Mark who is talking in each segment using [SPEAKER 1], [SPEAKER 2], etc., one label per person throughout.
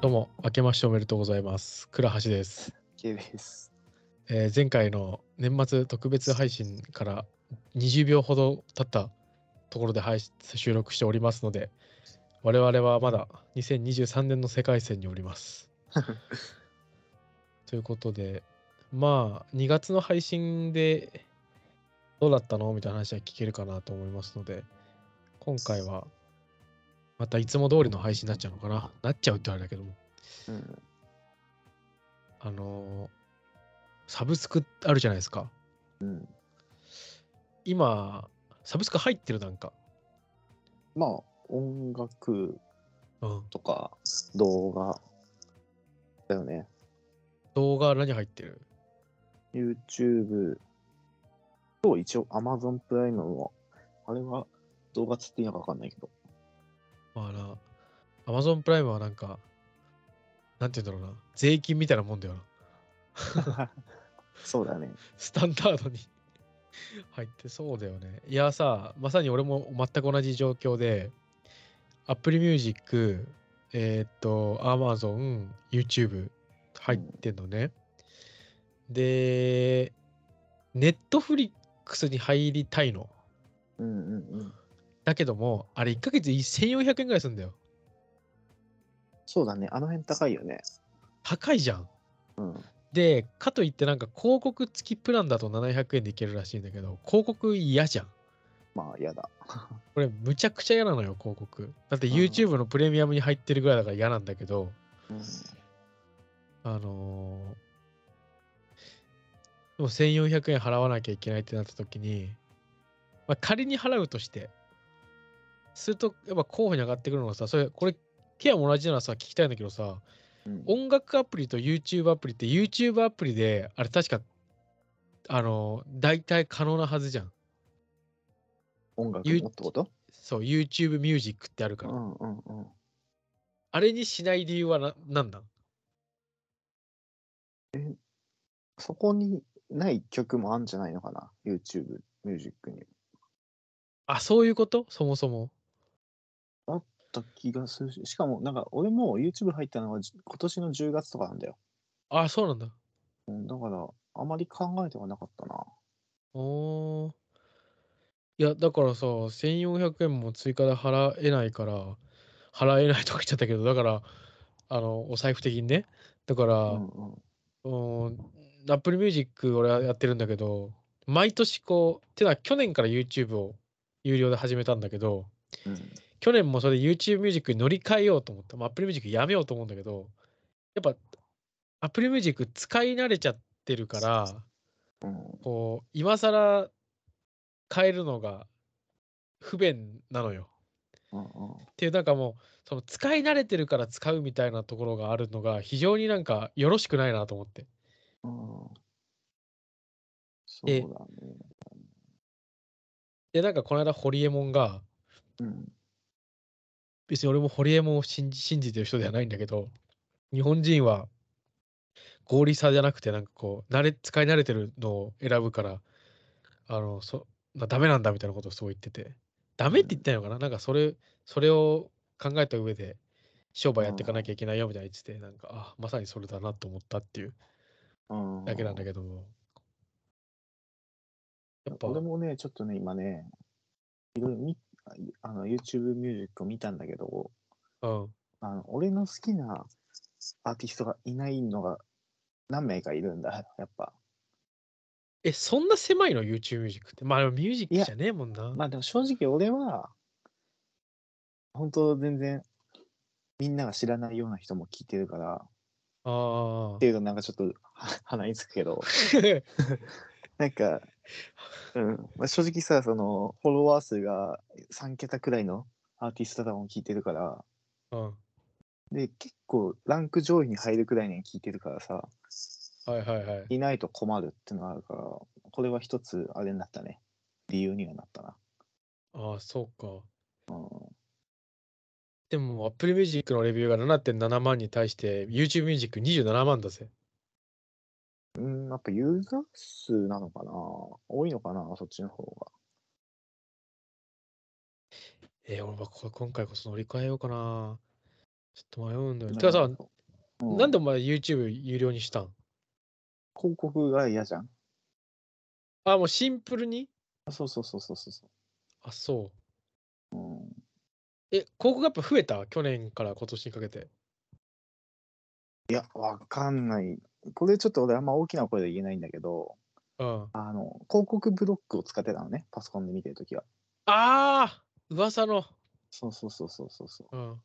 [SPEAKER 1] どうも、明けましておめでとうございます。倉橋です。
[SPEAKER 2] 系です。
[SPEAKER 1] えー前回の年末特別配信から20秒ほど経ったところで配信収録しておりますので、我々はまだ2023年の世界線におります。ということで、まあ、2月の配信でどうだったのみたいな話は聞けるかなと思いますので、今回はまたいつも通りの配信になっちゃうのかななっちゃうってあれだけども。
[SPEAKER 2] うん。
[SPEAKER 1] あのーサブスクってあるじゃないですか。
[SPEAKER 2] うん。
[SPEAKER 1] 今、サブスク入ってるなんか。
[SPEAKER 2] まあ、音楽
[SPEAKER 1] うん、
[SPEAKER 2] とか動画だよね。
[SPEAKER 1] 動画何入ってる
[SPEAKER 2] YouTube と一応 Amazon プライムも、あれは動画つっていいのかわかんないけど。
[SPEAKER 1] まあな、Amazon プライムはなんか、なんて言うんだろうな、税金みたいなもんだよな。
[SPEAKER 2] そうだね。
[SPEAKER 1] スタンダードに入ってそうだよね。いやさ、まさに俺も全く同じ状況で、Apple Music、えーっと、Amazon、YouTube 入ってんのね。で、Netflix に入りたいの。
[SPEAKER 2] うんうんうん。
[SPEAKER 1] だけども、あれ1ヶ月1400円ぐらいするんだよ。
[SPEAKER 2] そうだね。あの辺高いよね。
[SPEAKER 1] 高いじゃん。
[SPEAKER 2] うん。
[SPEAKER 1] で、かといってなんか広告付きプランだと700円でいけるらしいんだけど、広告嫌じゃん。
[SPEAKER 2] まあ、嫌だ。
[SPEAKER 1] これむちゃくちゃ嫌なのよ広告だって
[SPEAKER 2] うん
[SPEAKER 1] YouTube のプレミアムに入ってるぐらいだから嫌なんだけど
[SPEAKER 2] うん。
[SPEAKER 1] あのーでも1400円払わなきゃいけないってなった時に、まあ、仮に払うとしてするとやっぱ候補に上がってくるのはさそれこれケアも同じならさ聞きたいんだけどさ
[SPEAKER 2] うん
[SPEAKER 1] 音楽アプリと YouTube アプリって YouTube アプリであれ確かあのー大体可能なはずじゃん
[SPEAKER 2] 音楽
[SPEAKER 1] ゆ
[SPEAKER 2] もってこと
[SPEAKER 1] そう YouTube ミュージックってある
[SPEAKER 2] う
[SPEAKER 1] から、
[SPEAKER 2] んうんうん。
[SPEAKER 1] あれにしない理由はな何なん
[SPEAKER 2] そこにない曲もあるんじゃないのかな。YouTube ミュージックに。
[SPEAKER 1] あ、そういうことそもそも。
[SPEAKER 2] だった気がするし、しかもなんか俺も YouTube 入ったのはじ今年の10月とかなんだよ。
[SPEAKER 1] あ、そうなんだ。
[SPEAKER 2] うんだからあまり考えてはなかったな。
[SPEAKER 1] おー。いや、だからさ、1400円も追加で払えないから、払えないとか言っちゃったけど、だから、あの、お財布的にね。だから、
[SPEAKER 2] うん
[SPEAKER 1] う
[SPEAKER 2] うん、
[SPEAKER 1] ーん、Apple Music 俺はやってるんだけど、毎年こう、てのは去年から YouTube を有料で始めたんだけど、
[SPEAKER 2] うん
[SPEAKER 1] 去年もそれで YouTube ミュージックに乗り換えようと思った。まあ、Apple Music やめようと思うんだけど、やっぱ Apple Music 使い慣れちゃってるから、
[SPEAKER 2] うん
[SPEAKER 1] こう、今更変えるのが不便なのよ。
[SPEAKER 2] うん
[SPEAKER 1] っていう、なんかもう、その使い慣れてるから使うみたいなところがあるのが、非常になんかよろしくないなと思って。
[SPEAKER 2] うんうんそうだ
[SPEAKER 1] で
[SPEAKER 2] ね。
[SPEAKER 1] で、なんかこの間、ホリエモンが、
[SPEAKER 2] うん
[SPEAKER 1] 別に俺もホリエモンを信じ信じてる人ではないんだけど、日本人は合理さじゃなくて、なんかこう、慣れ、使い慣れてるのを選ぶから、あの、そ、なダメなんだみたいなことをそう言ってて、ダメって言ったのかな、なんかそれ、それを考えた上で、商売やっていかなきゃいけないよみたいな言ってて、なんか、あ、まさにそれだなと思ったっていう
[SPEAKER 2] うん
[SPEAKER 1] だけなんだけども。やっぱ、
[SPEAKER 2] 俺もね、ちょっとね、今ね、いろいろみあの YouTube ミュージックを見たんだけど、
[SPEAKER 1] うん。
[SPEAKER 2] あの俺の好きなアーティストがいないのが何名かいるんだ、やっぱ。
[SPEAKER 1] え、そんな狭いの ?YouTube ミュージックって。まあ、でもミュージッ
[SPEAKER 2] い
[SPEAKER 1] ク
[SPEAKER 2] や
[SPEAKER 1] じゃねえもんな。
[SPEAKER 2] まあでも正直俺は、本当全然、みんなが知らないような人も聞いてるから、っ
[SPEAKER 1] ああ
[SPEAKER 2] て。いうとなんかちょっとは鼻につくけど、なんか、うん、まあ、正直さ、その、フォロワー数が3桁くらいのアーティストだもん聞いてるから、
[SPEAKER 1] うん。
[SPEAKER 2] で、結構ランク上位に入るくらいには聞いてるからさ、
[SPEAKER 1] はいはいはい。
[SPEAKER 2] いないと困るってのがあるから、これは一つあれになったね。理由にはなったな。
[SPEAKER 1] ああ、そうか。
[SPEAKER 2] うん、
[SPEAKER 1] でも、Apple Music のレビューが7.7万に対して、YouTube Music27 万だぜ。
[SPEAKER 2] うん、やっぱユーザー数なのかな多いのかなそっちの方が。
[SPEAKER 1] えー、俺はこ今回こそ乗り換えようかな。ちょっと迷うんだよ。てかさ、
[SPEAKER 2] う
[SPEAKER 1] なんでお前 YouTube 有料にしたん
[SPEAKER 2] 広告が嫌じゃん
[SPEAKER 1] あ、もうシンプルに
[SPEAKER 2] あそうそうそうそうそうそ
[SPEAKER 1] あ、そう。
[SPEAKER 2] う、うん、
[SPEAKER 1] え、広告やっぱ増えた去年から今年にかけて。
[SPEAKER 2] いやわかんないこれちょっと俺あんま大きな声で言えないんだけど
[SPEAKER 1] うん。あ
[SPEAKER 2] あの広告ブロックを使ってたのねパソコンで見てるときは
[SPEAKER 1] あー噂の。
[SPEAKER 2] そうそうそうそうそうそう
[SPEAKER 1] うん。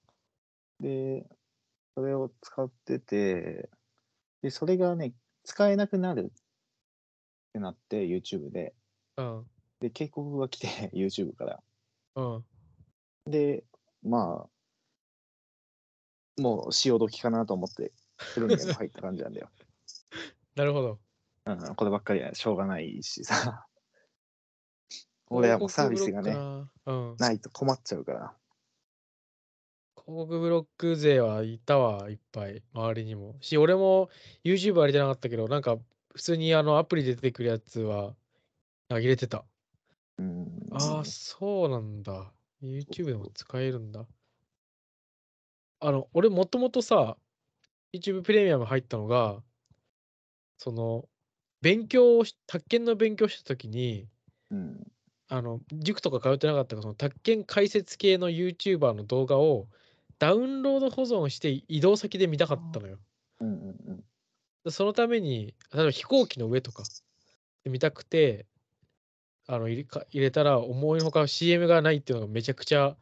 [SPEAKER 2] で、それを使ってて、で、それがね、使えなくなるってなって、YouTube で。
[SPEAKER 1] うん。
[SPEAKER 2] で、警告が来て、YouTube から。
[SPEAKER 1] うん。
[SPEAKER 2] で、まあ、もう潮時かなと思って、プレミアム入った感じなんだ よ。
[SPEAKER 1] なるほど。
[SPEAKER 2] うん、こればっかりはしょうがないしさ。 俺はもうサービスがね
[SPEAKER 1] 広告ブロックなうん。広
[SPEAKER 2] ないと困っちゃうから。
[SPEAKER 1] 告ブロック勢はいたわ、いっぱい、周りにも。し、俺も YouTube あれじゃなかったけど、なんか、普通にあのアプリで出てくるやつは、あ入れてた。
[SPEAKER 2] うん。
[SPEAKER 1] ああ、そうなんだ。YouTube でも使えるんだ。あの、俺もともとさ、YouTube プレミアム入ったのが、その、勉強をし、宅建の勉強してた時に、
[SPEAKER 2] うん。
[SPEAKER 1] あの、塾とか通ってなかったから、その宅建解説系の YouTuber の動画をダウンロード保存して移動先で見たかったのよ。
[SPEAKER 2] うん。うん。
[SPEAKER 1] でそのために、例えば飛行機の上とかで見たくて、あの入れか入れたら思いのほか CM がないっていうのがめちゃくちゃ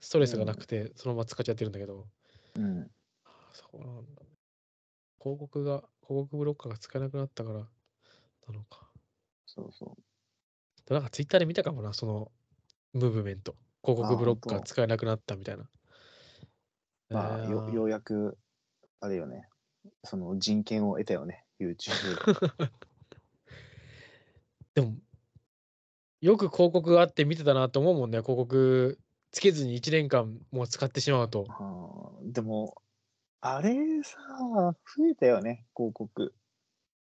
[SPEAKER 1] ストレスがなくて、そのまま使っちゃってるんだけど、
[SPEAKER 2] うん。うん
[SPEAKER 1] ああそうなんだ。広告が、広告ブロッカーが使えなくなったからなのか。
[SPEAKER 2] そうそう。
[SPEAKER 1] でなんかツイッターで見たかもな、そのムーブメント。広告ブロッカ
[SPEAKER 2] あ
[SPEAKER 1] ー
[SPEAKER 2] 本当
[SPEAKER 1] 使えなくなったみたいな。
[SPEAKER 2] まあ、
[SPEAKER 1] えー
[SPEAKER 2] よようやく、あれよね、その人権を得たよね、YouTube。
[SPEAKER 1] でも、よく広告があって見てたなと思うもんね、広告つけずに1年間もう使ってしまうと
[SPEAKER 2] あ。ーでも、あれさ、増えたよね、広告。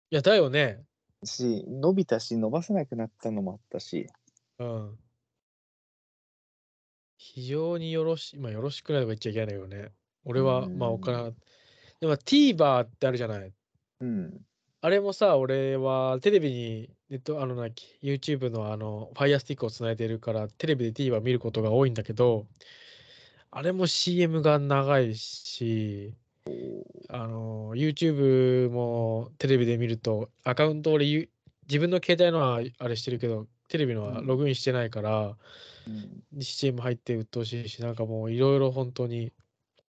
[SPEAKER 1] いや、だよね。
[SPEAKER 2] し、伸びたし、伸ばせなくなったのもあったし、
[SPEAKER 1] うん。非常によろし、まあ、よろしくないとか言っちゃいけないんだけどね。俺は、まあ、
[SPEAKER 2] うん
[SPEAKER 1] お金払っでも TVer ってあるじゃない。
[SPEAKER 2] うん、
[SPEAKER 1] あれもさ、俺はテレビに、ネット、あの、なんだっけ YouTube のあの、Fire Stick をつないでるから、テレビで TVer 見ることが多いんだけど、あれも CM が長いし、あの、YouTube もテレビで見ると、アカウント俺、ゆ自分の携帯のはあれしてるけど、テレビのは
[SPEAKER 2] うん
[SPEAKER 1] ログインしてないから、
[SPEAKER 2] うん。
[SPEAKER 1] CM 入って鬱陶しいし、なんかもういろいろ本当に、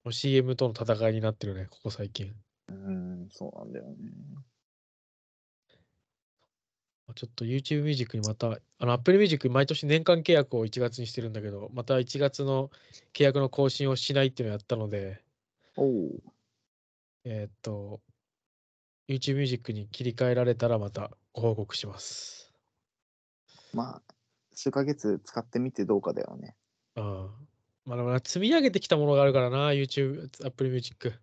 [SPEAKER 1] もう CM との戦いになってるね、ここ最近。
[SPEAKER 2] うん、そうなんだよね。
[SPEAKER 1] ちょっと YouTube ミュージックにまた、あの Apple ミュージック毎年年間契約を1月にしてるんだけど、また1月の契約の更新をしないっていうのをやったので、
[SPEAKER 2] おう
[SPEAKER 1] えーっと、YouTube ミュージックに切り替えられたらまたご報告します。
[SPEAKER 2] まあ、数ヶ月使ってみてどうかだよね。
[SPEAKER 1] うん。まあでもな積み上げてきたものがあるからな、YouTube、Apple ミュージック。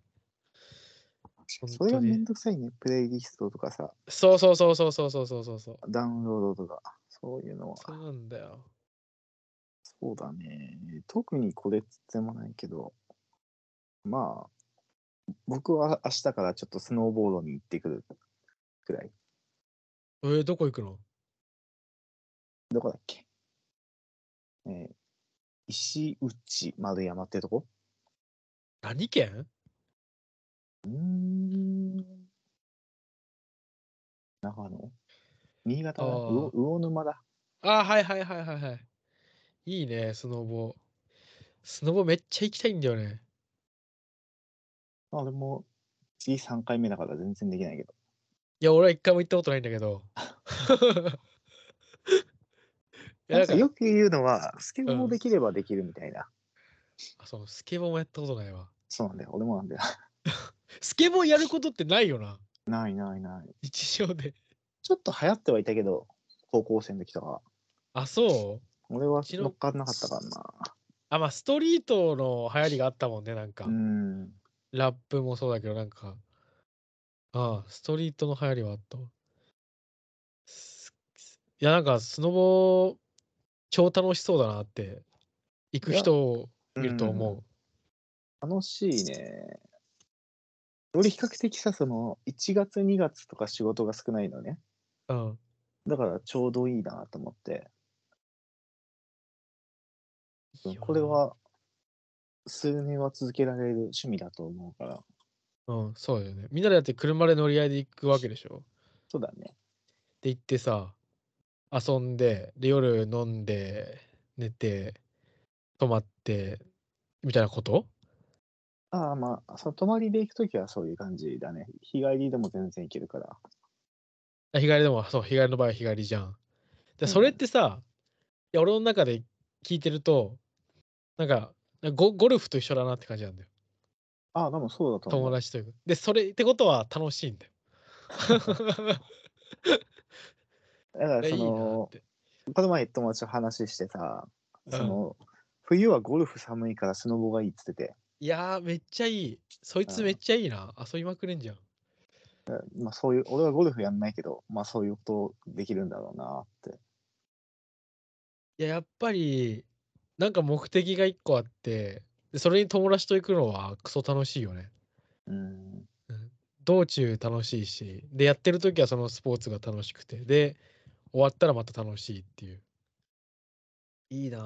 [SPEAKER 2] そ
[SPEAKER 1] 本
[SPEAKER 2] れ
[SPEAKER 1] 当
[SPEAKER 2] はめん
[SPEAKER 1] に。
[SPEAKER 2] どくさいね、プレイリストとかさ、
[SPEAKER 1] そうそうそうそうそうそうそうそうそう。
[SPEAKER 2] ダウンロードとか、そういうのは。
[SPEAKER 1] そうなんだよ。
[SPEAKER 2] そうだね。特にこれっつってもないけど、まあ、僕は明日からちょっとスノーボードに行ってくるくらい。
[SPEAKER 1] えー、どこ行くの
[SPEAKER 2] どこだっけえー石内丸山ってとこ
[SPEAKER 1] 何県
[SPEAKER 2] うーん。長野新潟だ
[SPEAKER 1] あー
[SPEAKER 2] 魚魚沼だ。
[SPEAKER 1] ああ、はいはいはいはいはい。いいね、スノボ。スノボめっちゃ行きたいんだよね。
[SPEAKER 2] まあ、俺も次3回目だから全然できないけど。
[SPEAKER 1] いや、俺は一回も行ったことないんだけど。 いや、な
[SPEAKER 2] な
[SPEAKER 1] んん
[SPEAKER 2] か
[SPEAKER 1] か、
[SPEAKER 2] よく言うのは、スケボー
[SPEAKER 1] う
[SPEAKER 2] も
[SPEAKER 1] ん
[SPEAKER 2] できればできるみたいな。
[SPEAKER 1] あそう、スケボーもやったことないわ。
[SPEAKER 2] そうなんだよ。俺もなんだよ。
[SPEAKER 1] スケボーやることってないよな、
[SPEAKER 2] ないないない。
[SPEAKER 1] 日常で。
[SPEAKER 2] ちょっと流行ってはいたけど、高校生の時とかは。
[SPEAKER 1] あ、そう
[SPEAKER 2] 俺は
[SPEAKER 1] うちの
[SPEAKER 2] 乗っかんなかったからな。
[SPEAKER 1] あ、まあ、ストリートの流行りがあったもんね、なんか。
[SPEAKER 2] うん。
[SPEAKER 1] ラップもそうだけど、なんか。ああ、ストリートの流行りはあったわ。すいや、なんか、スノボー、超楽しそうだなって、行く
[SPEAKER 2] いや
[SPEAKER 1] 人を見ると思う。
[SPEAKER 2] 楽しいね。俺比較的さ、その、1月2月とか仕事が少ないのね。
[SPEAKER 1] うん。
[SPEAKER 2] だからちょうどいいなと思って。
[SPEAKER 1] いいよな
[SPEAKER 2] これ。は、数年は続けられる趣味だと思うから。
[SPEAKER 1] うん、そうだよね。みんなでやって車で乗り合いで行くわけでしょ。
[SPEAKER 2] そうだね。
[SPEAKER 1] で行ってさ、遊んで、で夜飲んで、寝て、泊まって、みたいなこと
[SPEAKER 2] ああ、まあ、その泊まりで行くときはそういう感じだね。日帰りでも全然行けるから。
[SPEAKER 1] あ日帰りでも、そう、日帰りの場合は日帰りじゃん。
[SPEAKER 2] う
[SPEAKER 1] で、
[SPEAKER 2] ん
[SPEAKER 1] それってさ、いや俺の中で聞いてると、なんか、ゴゴルフと一緒だなって感じなんだよ。
[SPEAKER 2] ああ、でもそうだと思う。
[SPEAKER 1] 友達というか。で、それってことは楽しい んだよ。
[SPEAKER 2] だから
[SPEAKER 1] い
[SPEAKER 2] そ
[SPEAKER 1] いなっ
[SPEAKER 2] の、
[SPEAKER 1] て。
[SPEAKER 2] この前友達と話してさ、
[SPEAKER 1] うん
[SPEAKER 2] その、冬はゴルフ寒いからスノボがいいっつってて、
[SPEAKER 1] いやー、めっちゃいい。そいつめっちゃいいな。遊びまくれんじゃん。
[SPEAKER 2] まあそういう、俺はゴルフやんないけど、まあそういうことできるんだろうなって。
[SPEAKER 1] いや、やっぱり、なんか目的が一個あって、でそれに友達と行くのはクソ楽しいよね。
[SPEAKER 2] うん。
[SPEAKER 1] 道中楽しいし、で、やってる時はそのスポーツが楽しくて、で、終わったらまた楽しいっていう。いいな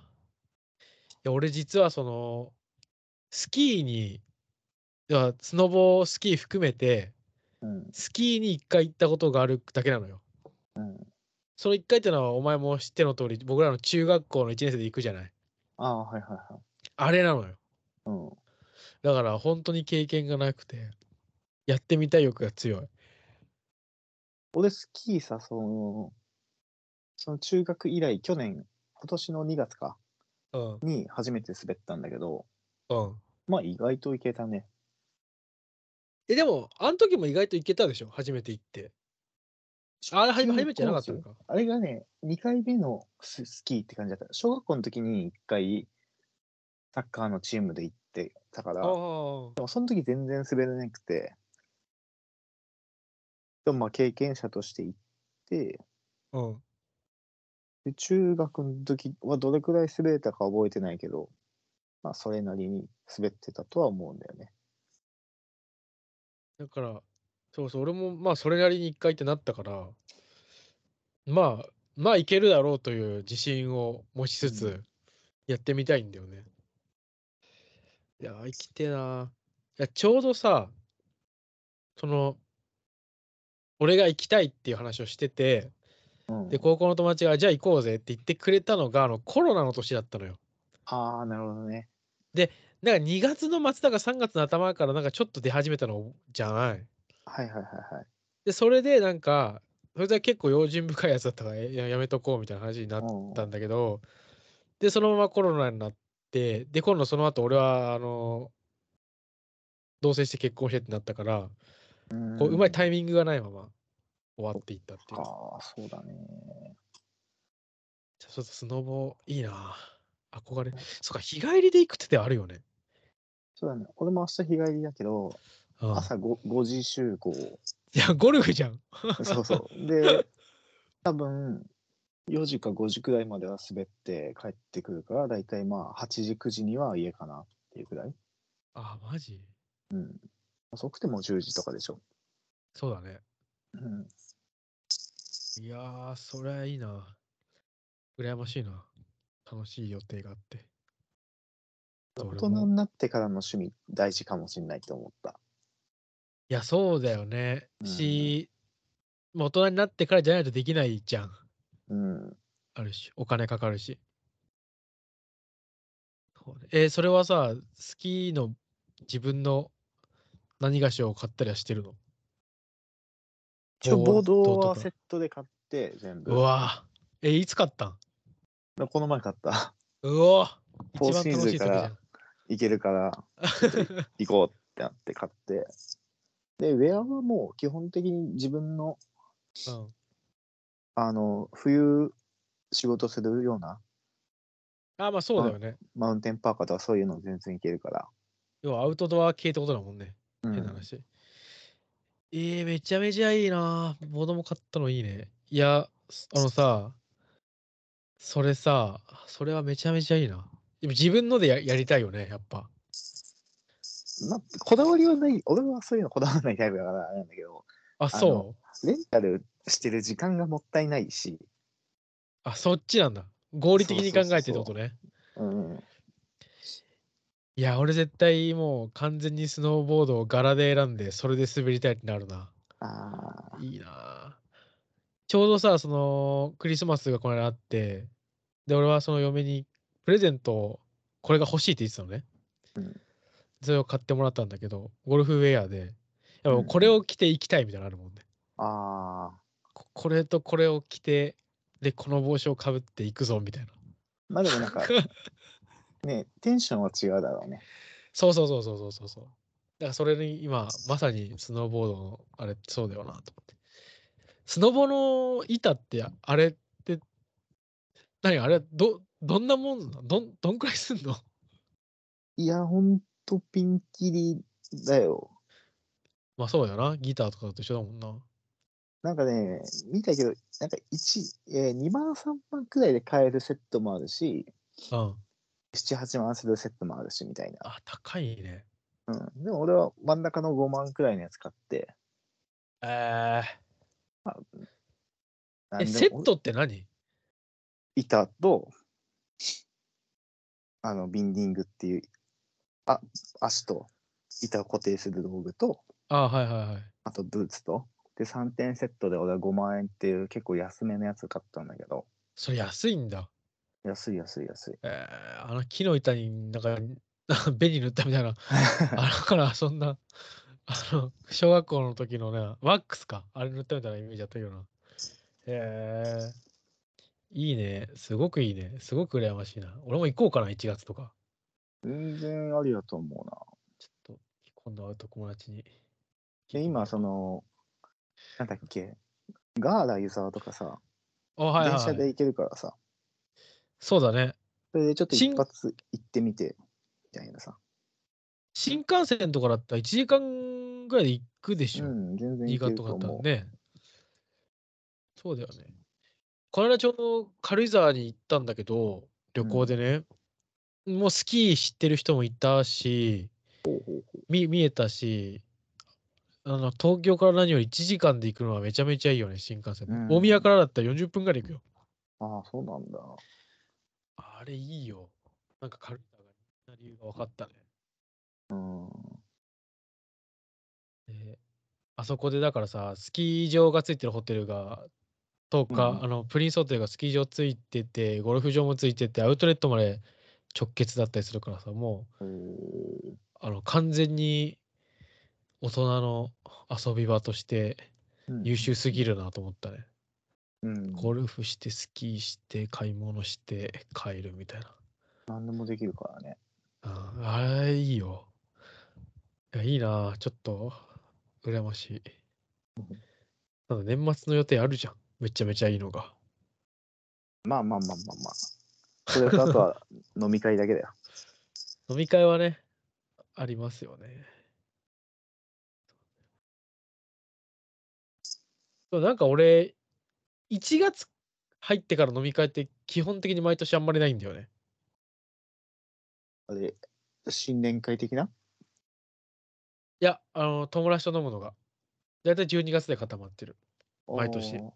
[SPEAKER 1] ぁ。いや、俺実はその、スキーに、いやスノボ、スキー含めて、
[SPEAKER 2] うん。
[SPEAKER 1] スキーに一回行ったことがあるだけなのよ。
[SPEAKER 2] うん。
[SPEAKER 1] その一回ってのは、お前も知っての通り、僕らの中学校の1年生で行くじゃない。
[SPEAKER 2] ああ、はいはいはい。
[SPEAKER 1] あれなのよ。
[SPEAKER 2] うん。
[SPEAKER 1] だから本当に経験がなくて、やってみたい欲が強い。
[SPEAKER 2] 俺スキーさ、その、その中学以来、去年、今年の2月か、
[SPEAKER 1] うん。
[SPEAKER 2] に初めて滑ったんだけど、
[SPEAKER 1] うん。
[SPEAKER 2] まあ意外といけたね。
[SPEAKER 1] え、でも、あの時も意外といけたでしょ初めて行って。あれ、はじめ初めてじゃなかったのか。
[SPEAKER 2] あれがね、2回目のススキーって感じだった。小学校の時に1回、サッカーのチームで行ってたから、
[SPEAKER 1] あ
[SPEAKER 2] で
[SPEAKER 1] あ。
[SPEAKER 2] もその時全然滑れなくて、でもまあ経験者として行って、
[SPEAKER 1] うん。
[SPEAKER 2] で中学の時はどれくらい滑れたか覚えてないけど、まあそれなりに滑ってたとは思うんだよね。
[SPEAKER 1] だから、そうそう、俺もまあ、それなりに一回ってなったから、まあ、まあ、いけるだろうという自信を持ちつ
[SPEAKER 2] う
[SPEAKER 1] つ、やってみたいんだよね。いやー、生きてえな。いや、ちょうどさ、その、俺が行きたいっていう話をしてて、
[SPEAKER 2] うん、
[SPEAKER 1] で高校の友達が「じゃあ行こうぜ」って言ってくれたのがあのコロナの年だったのよ。
[SPEAKER 2] ああ、なるほどね。
[SPEAKER 1] なんか2月の末だか3月の頭からなんかちょっと出始めたのじゃない。
[SPEAKER 2] はいはいはいはい。
[SPEAKER 1] でそれでなんかそれで結構用心深いやつだったからえややめとこうみたいな話になったんだけどでそのままコロナになってで今度その後俺はあの同棲して結婚してってなったからこううまいタイミングがないまま終わっていったっていう。
[SPEAKER 2] ああ、そうだね。
[SPEAKER 1] ちょっとスノボいいな憧れ。そっか日帰りで行くって手あるよね。
[SPEAKER 2] そうだね。俺も明日日帰りだけ
[SPEAKER 1] う
[SPEAKER 2] ど、
[SPEAKER 1] ん
[SPEAKER 2] 朝 5, 5時集 合。
[SPEAKER 1] いや、ゴルフじゃん。
[SPEAKER 2] そうそう。で、多分、4時か5時くらいまでは滑って帰ってくるから、だいたいまあ8時9時には家かなっていうくらい。
[SPEAKER 1] あ、マジ
[SPEAKER 2] 遅くても10時とかでしょ。
[SPEAKER 1] そうだね。
[SPEAKER 2] うん。
[SPEAKER 1] いやー、そりゃいいな。羨ましいな。楽しい予定があって。
[SPEAKER 2] 大
[SPEAKER 1] 俺
[SPEAKER 2] 人
[SPEAKER 1] も
[SPEAKER 2] になってからの趣味大事かもしれないと思った。
[SPEAKER 1] いや、そうだよね。
[SPEAKER 2] うん
[SPEAKER 1] し、もう大人になってからじゃないとできないじゃん。
[SPEAKER 2] うん。
[SPEAKER 1] あるし、お金かかるし。そうねえーそれはさ、スキーの自分の何菓子を買ったりはしてるの
[SPEAKER 2] 一応、ボード
[SPEAKER 1] と
[SPEAKER 2] は
[SPEAKER 1] か
[SPEAKER 2] セットで買って、全部
[SPEAKER 1] う。わーえーいつ買ったん
[SPEAKER 2] この前買った。
[SPEAKER 1] うおー
[SPEAKER 2] フ
[SPEAKER 1] 一
[SPEAKER 2] ォー
[SPEAKER 1] 番
[SPEAKER 2] シー
[SPEAKER 1] 楽
[SPEAKER 2] ズ
[SPEAKER 1] しい
[SPEAKER 2] ンか
[SPEAKER 1] 作じゃ
[SPEAKER 2] ら
[SPEAKER 1] ん。
[SPEAKER 2] 行ける から、行こうってなって買って。で、ウェアはもう基本的に自分の
[SPEAKER 1] うん
[SPEAKER 2] あの、冬、仕事するような
[SPEAKER 1] あ、まあそうだよね。
[SPEAKER 2] マウンテンパーカーとかそういうの全然いけるから。
[SPEAKER 1] 要はアウトドア系ってことだもんね。
[SPEAKER 2] うん
[SPEAKER 1] 変な話。えー、めちゃめちゃいいなぁボードも買ったのいいね。いや、すあのさ、それさ、それはめちゃめちゃいいな。でも自分のでややりたいよね、やっぱ。
[SPEAKER 2] なこだわりはない、俺はそういうのこだわらないタイプだからあれなんだけど、
[SPEAKER 1] あ、そう
[SPEAKER 2] レンタルしてる時間がもったいないし、
[SPEAKER 1] あ、そっちなんだ。合理的に考えてってことね。
[SPEAKER 2] うん、
[SPEAKER 1] いや、俺絶対もう完全にスノーボードを柄で選んで、それで滑りたいってなるな。
[SPEAKER 2] あ
[SPEAKER 1] いいなあちょうどさ、そのクリスマスがこの間あって、で、俺はその嫁にプレゼントをこれが欲しいって言ってたのね。
[SPEAKER 2] うん
[SPEAKER 1] それを買ってもらったんだけど、ゴルフウェアで、やっ
[SPEAKER 2] う
[SPEAKER 1] ぱ
[SPEAKER 2] ん
[SPEAKER 1] これを着て行きたいみたいなのあるもんね。
[SPEAKER 2] あ、ああ、
[SPEAKER 1] ここれとこれを着て、で、この帽子をかぶっていくぞみたいな。
[SPEAKER 2] まあでも なんか、ね、テンションは違うだろうね。
[SPEAKER 1] そうそうそうそうそうそうそう。だからそれに今まさにスノーボードのあれってそうだよなと思って。スノボの板ってあれって何あれどどんなもんなのどんどんくらいすんの
[SPEAKER 2] いや、ほんとピンキリだよ。
[SPEAKER 1] まあそうだよな。ギターとかと一緒だもんな。
[SPEAKER 2] なんかね、見たけど、なんか一えー、2万3万くらいで買えるセットもあるし、
[SPEAKER 1] うん。
[SPEAKER 2] 7、8万するセットもあるしみたいな。
[SPEAKER 1] あ、高いね。
[SPEAKER 2] うん、でも俺は真ん中の5万くらいのやつ買って。
[SPEAKER 1] え
[SPEAKER 2] な
[SPEAKER 1] え、
[SPEAKER 2] んでも
[SPEAKER 1] セットって何
[SPEAKER 2] 板と、あの、ビンディングっていう、あ、足と、板を固定する道具と、
[SPEAKER 1] あはいはいはい。
[SPEAKER 2] あとブーツと、で、3点セットで俺は5万円っていう結構安めのやつ買ったんだけど、
[SPEAKER 1] それ安いんだ。
[SPEAKER 2] 安い安い安い。
[SPEAKER 1] えー、あの木の板になんか 紅塗ったみたい なあだからそんな、あの、小学校の時のね、ワックスか、あれ塗ったみたいなイメージだったけどな。へえ。いいね。すごくいいね。すごく羨ましいな。俺も行こうかな、1月とか。
[SPEAKER 2] 全然ありだと思うな。
[SPEAKER 1] ちょっと、今度会う友達に。
[SPEAKER 2] で、今、その、なんだっけ、ガーラ湯沢とかさ、
[SPEAKER 1] あ、はい
[SPEAKER 2] 電車
[SPEAKER 1] は
[SPEAKER 2] で
[SPEAKER 1] い。
[SPEAKER 2] 行けるからさ、
[SPEAKER 1] そうだね。
[SPEAKER 2] それでちょっと
[SPEAKER 1] 新
[SPEAKER 2] 一発行ってみて、みたいなさ。
[SPEAKER 1] 新幹線とかだったら1時間ぐらいで行くでし
[SPEAKER 2] う
[SPEAKER 1] ょ。
[SPEAKER 2] ん、全然
[SPEAKER 1] 新
[SPEAKER 2] 行
[SPEAKER 1] 潟
[SPEAKER 2] ける
[SPEAKER 1] と
[SPEAKER 2] と
[SPEAKER 1] かだったら
[SPEAKER 2] 思う。
[SPEAKER 1] ね。そうだよね。この間ちょうど軽井沢に行ったんだけど、旅行でね、もうスキー知ってる人もいたし、み見えたし、あの東京から何より1時間で行くのはめちゃめちゃいいよね、新幹線で。
[SPEAKER 2] うん
[SPEAKER 1] 大宮からだったら40分ぐらい行くよ。
[SPEAKER 2] ああ、そうなんだ。
[SPEAKER 1] あれいいよ。なんか軽井沢がいいな理由が分かったね。
[SPEAKER 2] うん。
[SPEAKER 1] であそこでだからさ、スキー場がついてるホテルが、とか、
[SPEAKER 2] うん
[SPEAKER 1] あの、プリンスホテルがスキー場ついてて、ゴルフ場もついてて、アウトレットまで直結だったりするからさ、も
[SPEAKER 2] えー
[SPEAKER 1] う、あの、完全に大人の遊び場として
[SPEAKER 2] うん
[SPEAKER 1] 優秀すぎるなと思ったね。
[SPEAKER 2] うん。
[SPEAKER 1] ゴルフして、スキーして、買い物して、帰るみたいな。
[SPEAKER 2] 何でもできるからね。
[SPEAKER 1] うんあれ、いいよ。いや、いいなあちょっと、羨ましい。ただ、年末の予定あるじゃん。めちゃめちゃいいのが。
[SPEAKER 2] まあまあまあまあまあ。それとあとは 飲み会だけだよ。
[SPEAKER 1] 飲み会はね、ありますよね。でもなんか俺、1月入ってから飲み会って基本的に毎年あんまりないんだよね。
[SPEAKER 2] あれ、新年会的ない
[SPEAKER 1] や、あの、友達と飲むのが。だいたい12月で固まってる。毎年。
[SPEAKER 2] あー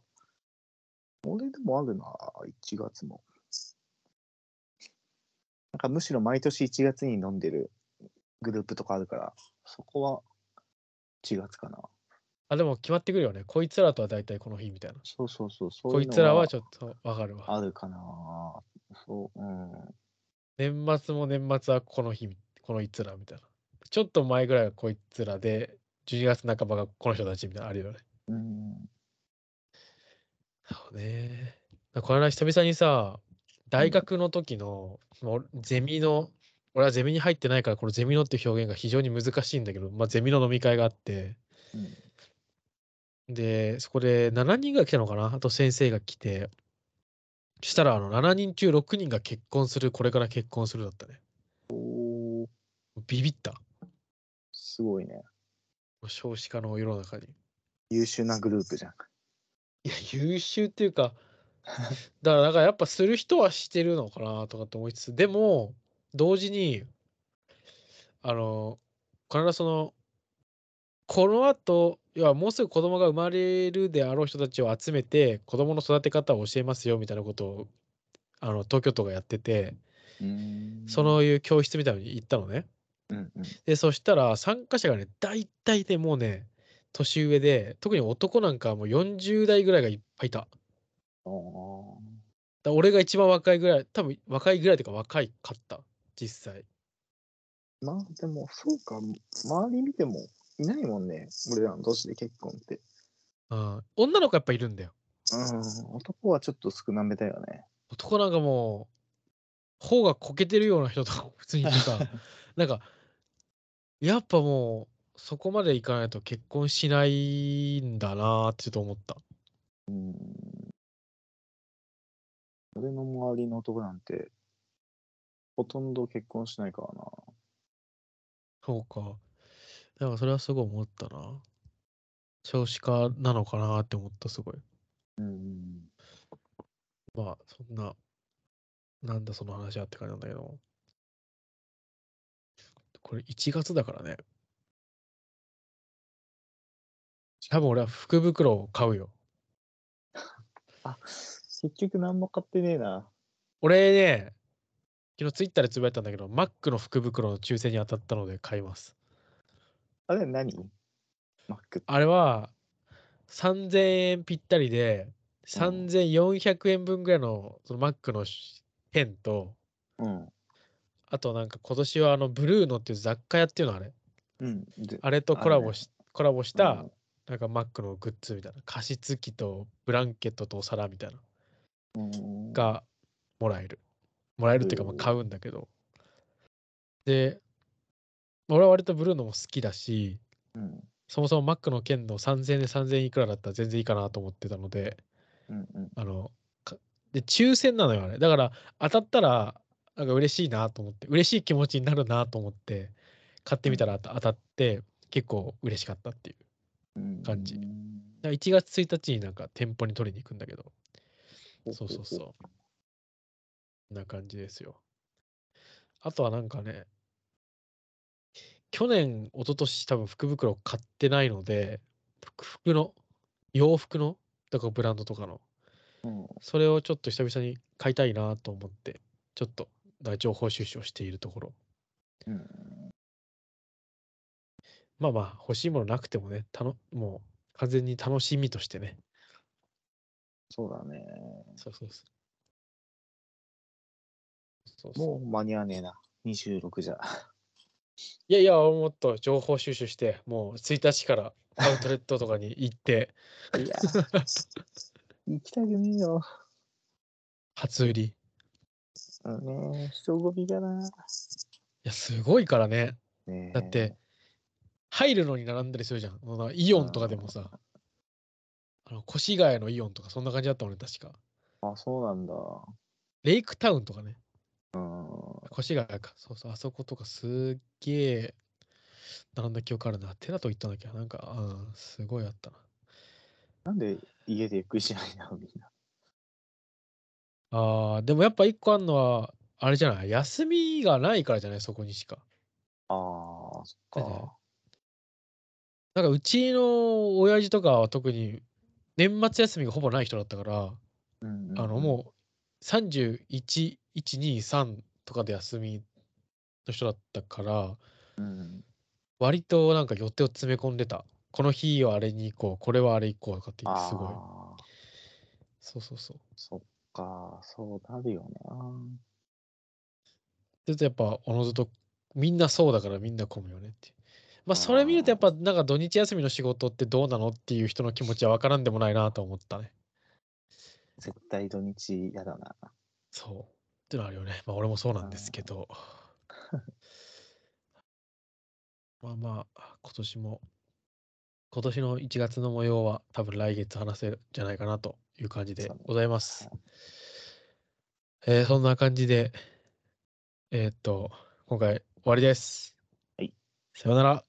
[SPEAKER 2] 俺でもあるな、1月も。なんかむしろ毎年1月に飲んでるグループとかあるから、そこは1月かな。
[SPEAKER 1] あ、でも決まってくるよね。こいつらとはだいたいこの日みたいな。
[SPEAKER 2] そうそうそう、そう
[SPEAKER 1] こ
[SPEAKER 2] いう
[SPEAKER 1] い
[SPEAKER 2] の
[SPEAKER 1] つらはちょっとわかるわ。
[SPEAKER 2] あるかな。そう、うん。
[SPEAKER 1] 年末も年末はこの日、このいつらみたいな。ちょっと前ぐらいはこいつらで、12月半ばがこの人たちみたいなのあるよね。
[SPEAKER 2] うん、
[SPEAKER 1] そうね。この間久々にさ、大学の時の、もうゼミの、俺はゼミに入ってないから、このゼミのっていう表現が非常に難しいんだけど、まあゼミの飲み会があって、
[SPEAKER 2] うん
[SPEAKER 1] で、そこで7人が来たのかなあと先生が来て、そしたらあの7人中6人が結婚する、これから結婚するだったね。
[SPEAKER 2] おー
[SPEAKER 1] ビビった。
[SPEAKER 2] すごいね。
[SPEAKER 1] 少子化の世の中に。
[SPEAKER 2] 優秀なグループじゃん。
[SPEAKER 1] いや、優秀っていう か、だから、なんかやっぱする人はしてるのかなとかって思いつつ、でも、同時に、あの、必ずそのこの後要はもうすぐ子供が生まれるであろう人たちを集めて子供の育て方を教えますよみたいなことをあの東京都がやってて
[SPEAKER 2] うん
[SPEAKER 1] そ、のいう教室みたいなのに行ったのね。
[SPEAKER 2] うんうん、
[SPEAKER 1] でそしたら参加者がね大体でもうね年上で特に男なんかはもう40代ぐらいがいっぱいいた。だか
[SPEAKER 2] おー
[SPEAKER 1] ら俺が一番若いぐらい多分若いぐらいというか若いかった実際。
[SPEAKER 2] まあでもそうか周り見てもいないもんね俺らの年で結婚って、
[SPEAKER 1] うん、女の子やっぱいるんだよ。
[SPEAKER 2] うん、男はちょっと少なめだよね
[SPEAKER 1] 男なんかもう頬がこけてるような人とか 普通にいてさなんかやっぱもうそこまでいかないと結婚しないんだなーってちょっと思った
[SPEAKER 2] 俺の周りの男なんてほとんど結婚しないからな
[SPEAKER 1] そうかなんかそれはすごい思ったな少子化なのかなーって思ったすごい
[SPEAKER 2] うん
[SPEAKER 1] まあそんななんだその話はって感じなんだけどこれ1月だからね多分俺は福袋を買うよ
[SPEAKER 2] あ結局何も買ってねえな
[SPEAKER 1] 俺ね、昨日ツイッターでつぶやいたんだけど、マックの福袋の抽選に当たったので買います。
[SPEAKER 2] あれ何マック
[SPEAKER 1] あれは3000円ぴったりで、
[SPEAKER 2] うん
[SPEAKER 1] 3400円分ぐらいのそのマックのしペンと、
[SPEAKER 2] うん
[SPEAKER 1] あとなんか今年はあのブルーノっていう雑貨屋っていうのあれ、
[SPEAKER 2] うんで
[SPEAKER 1] あれとコラボしコラボし
[SPEAKER 2] う
[SPEAKER 1] た
[SPEAKER 2] ん
[SPEAKER 1] なんかマックのグッズみたいな、加湿器とブランケットとお皿みたいな
[SPEAKER 2] うん
[SPEAKER 1] がもらえる。もらえるっていうか、まあ
[SPEAKER 2] おー
[SPEAKER 1] 買うんだけど。で、まあ俺は割とブルーノも好きだし、
[SPEAKER 2] うん
[SPEAKER 1] そもそもマックの剣の3000円で3000いくらだったら全然いいかなと思ってたので、
[SPEAKER 2] うんうん
[SPEAKER 1] あの、かで、抽選なのよ、あれ。だから、当たったら、なんか嬉しいなと思って、嬉しい気持ちになるなと思って、買ってみたら当た当たって、結構嬉しかったっていう。
[SPEAKER 2] うん
[SPEAKER 1] 感じだから1月1日になんか店舗に取りに行くんだけど、そうそうそう。こんな感じですよ。あとはなんかね、去年、一昨年多分福袋買ってないので、服服の、洋服の、だからブランドとかの、
[SPEAKER 2] うん
[SPEAKER 1] それをちょっと久々に買いたいなと思って、ちょっとだから情報収集をしているところ。
[SPEAKER 2] うん
[SPEAKER 1] まあまあ、欲しいものなくてもね、たのもう完全に楽しみとしてね。
[SPEAKER 2] そうだね
[SPEAKER 1] そうそうそう。そうそう
[SPEAKER 2] もう間に合わねえな26じゃ
[SPEAKER 1] いやいや、もっと情報収集して、もう1日からアウトレットとかに行って、
[SPEAKER 2] いや 行きたくねえよ
[SPEAKER 1] 初売り。い
[SPEAKER 2] うんねえ人混みがな
[SPEAKER 1] や、すごいからね。
[SPEAKER 2] ねえ
[SPEAKER 1] だって、入るのに並んだりするじゃん。そのイオンとかでもさ、あの越谷のイオンとか、そんな感じだったもんね、確か。
[SPEAKER 2] あそうなんだ
[SPEAKER 1] レイクタウンとかね。
[SPEAKER 2] うん
[SPEAKER 1] 越谷か。そうそう、あそことかすっげえ並んだ記憶あるな。テラと行ったんだっけど、なんか、うん、すごいあったな。
[SPEAKER 2] なんで家でゆっくりしないなみんな
[SPEAKER 1] ああ、でもやっぱ一個あんのは、あれじゃない休みがないからじゃないそこにしか。
[SPEAKER 2] あーそっ
[SPEAKER 1] だって
[SPEAKER 2] か
[SPEAKER 1] なんかうちの親父とかは特に年末休みがほぼない人だったから、
[SPEAKER 2] うん
[SPEAKER 1] あのもう31、123とかで休みの人だったから、
[SPEAKER 2] うん、うん、
[SPEAKER 1] 割となんか予定を詰め込んでた。この日はあれに行こう、これはあれ行こうとかって言って
[SPEAKER 2] あ
[SPEAKER 1] すごい。
[SPEAKER 2] あ
[SPEAKER 1] そうそうそう。
[SPEAKER 2] そっかそうなるよな
[SPEAKER 1] ちょっとやっぱおのずとみんなそうだからみんな混むよねっていう。まあ
[SPEAKER 2] あー
[SPEAKER 1] それ見るとやっぱなんか土日休みの仕事ってどうなのっていう人の気持ちはわからんでもないなと思ったね。
[SPEAKER 2] 絶対土日やだな
[SPEAKER 1] そう。ってのあるよね。まあ俺もそうなんですけ ど。まあまあ今年も今年の1月の模様は多分来月話せるんじゃないかなという感じでございます。えーそんな感じで、えーっと、今回終わりです。
[SPEAKER 2] はい。
[SPEAKER 1] さよなら。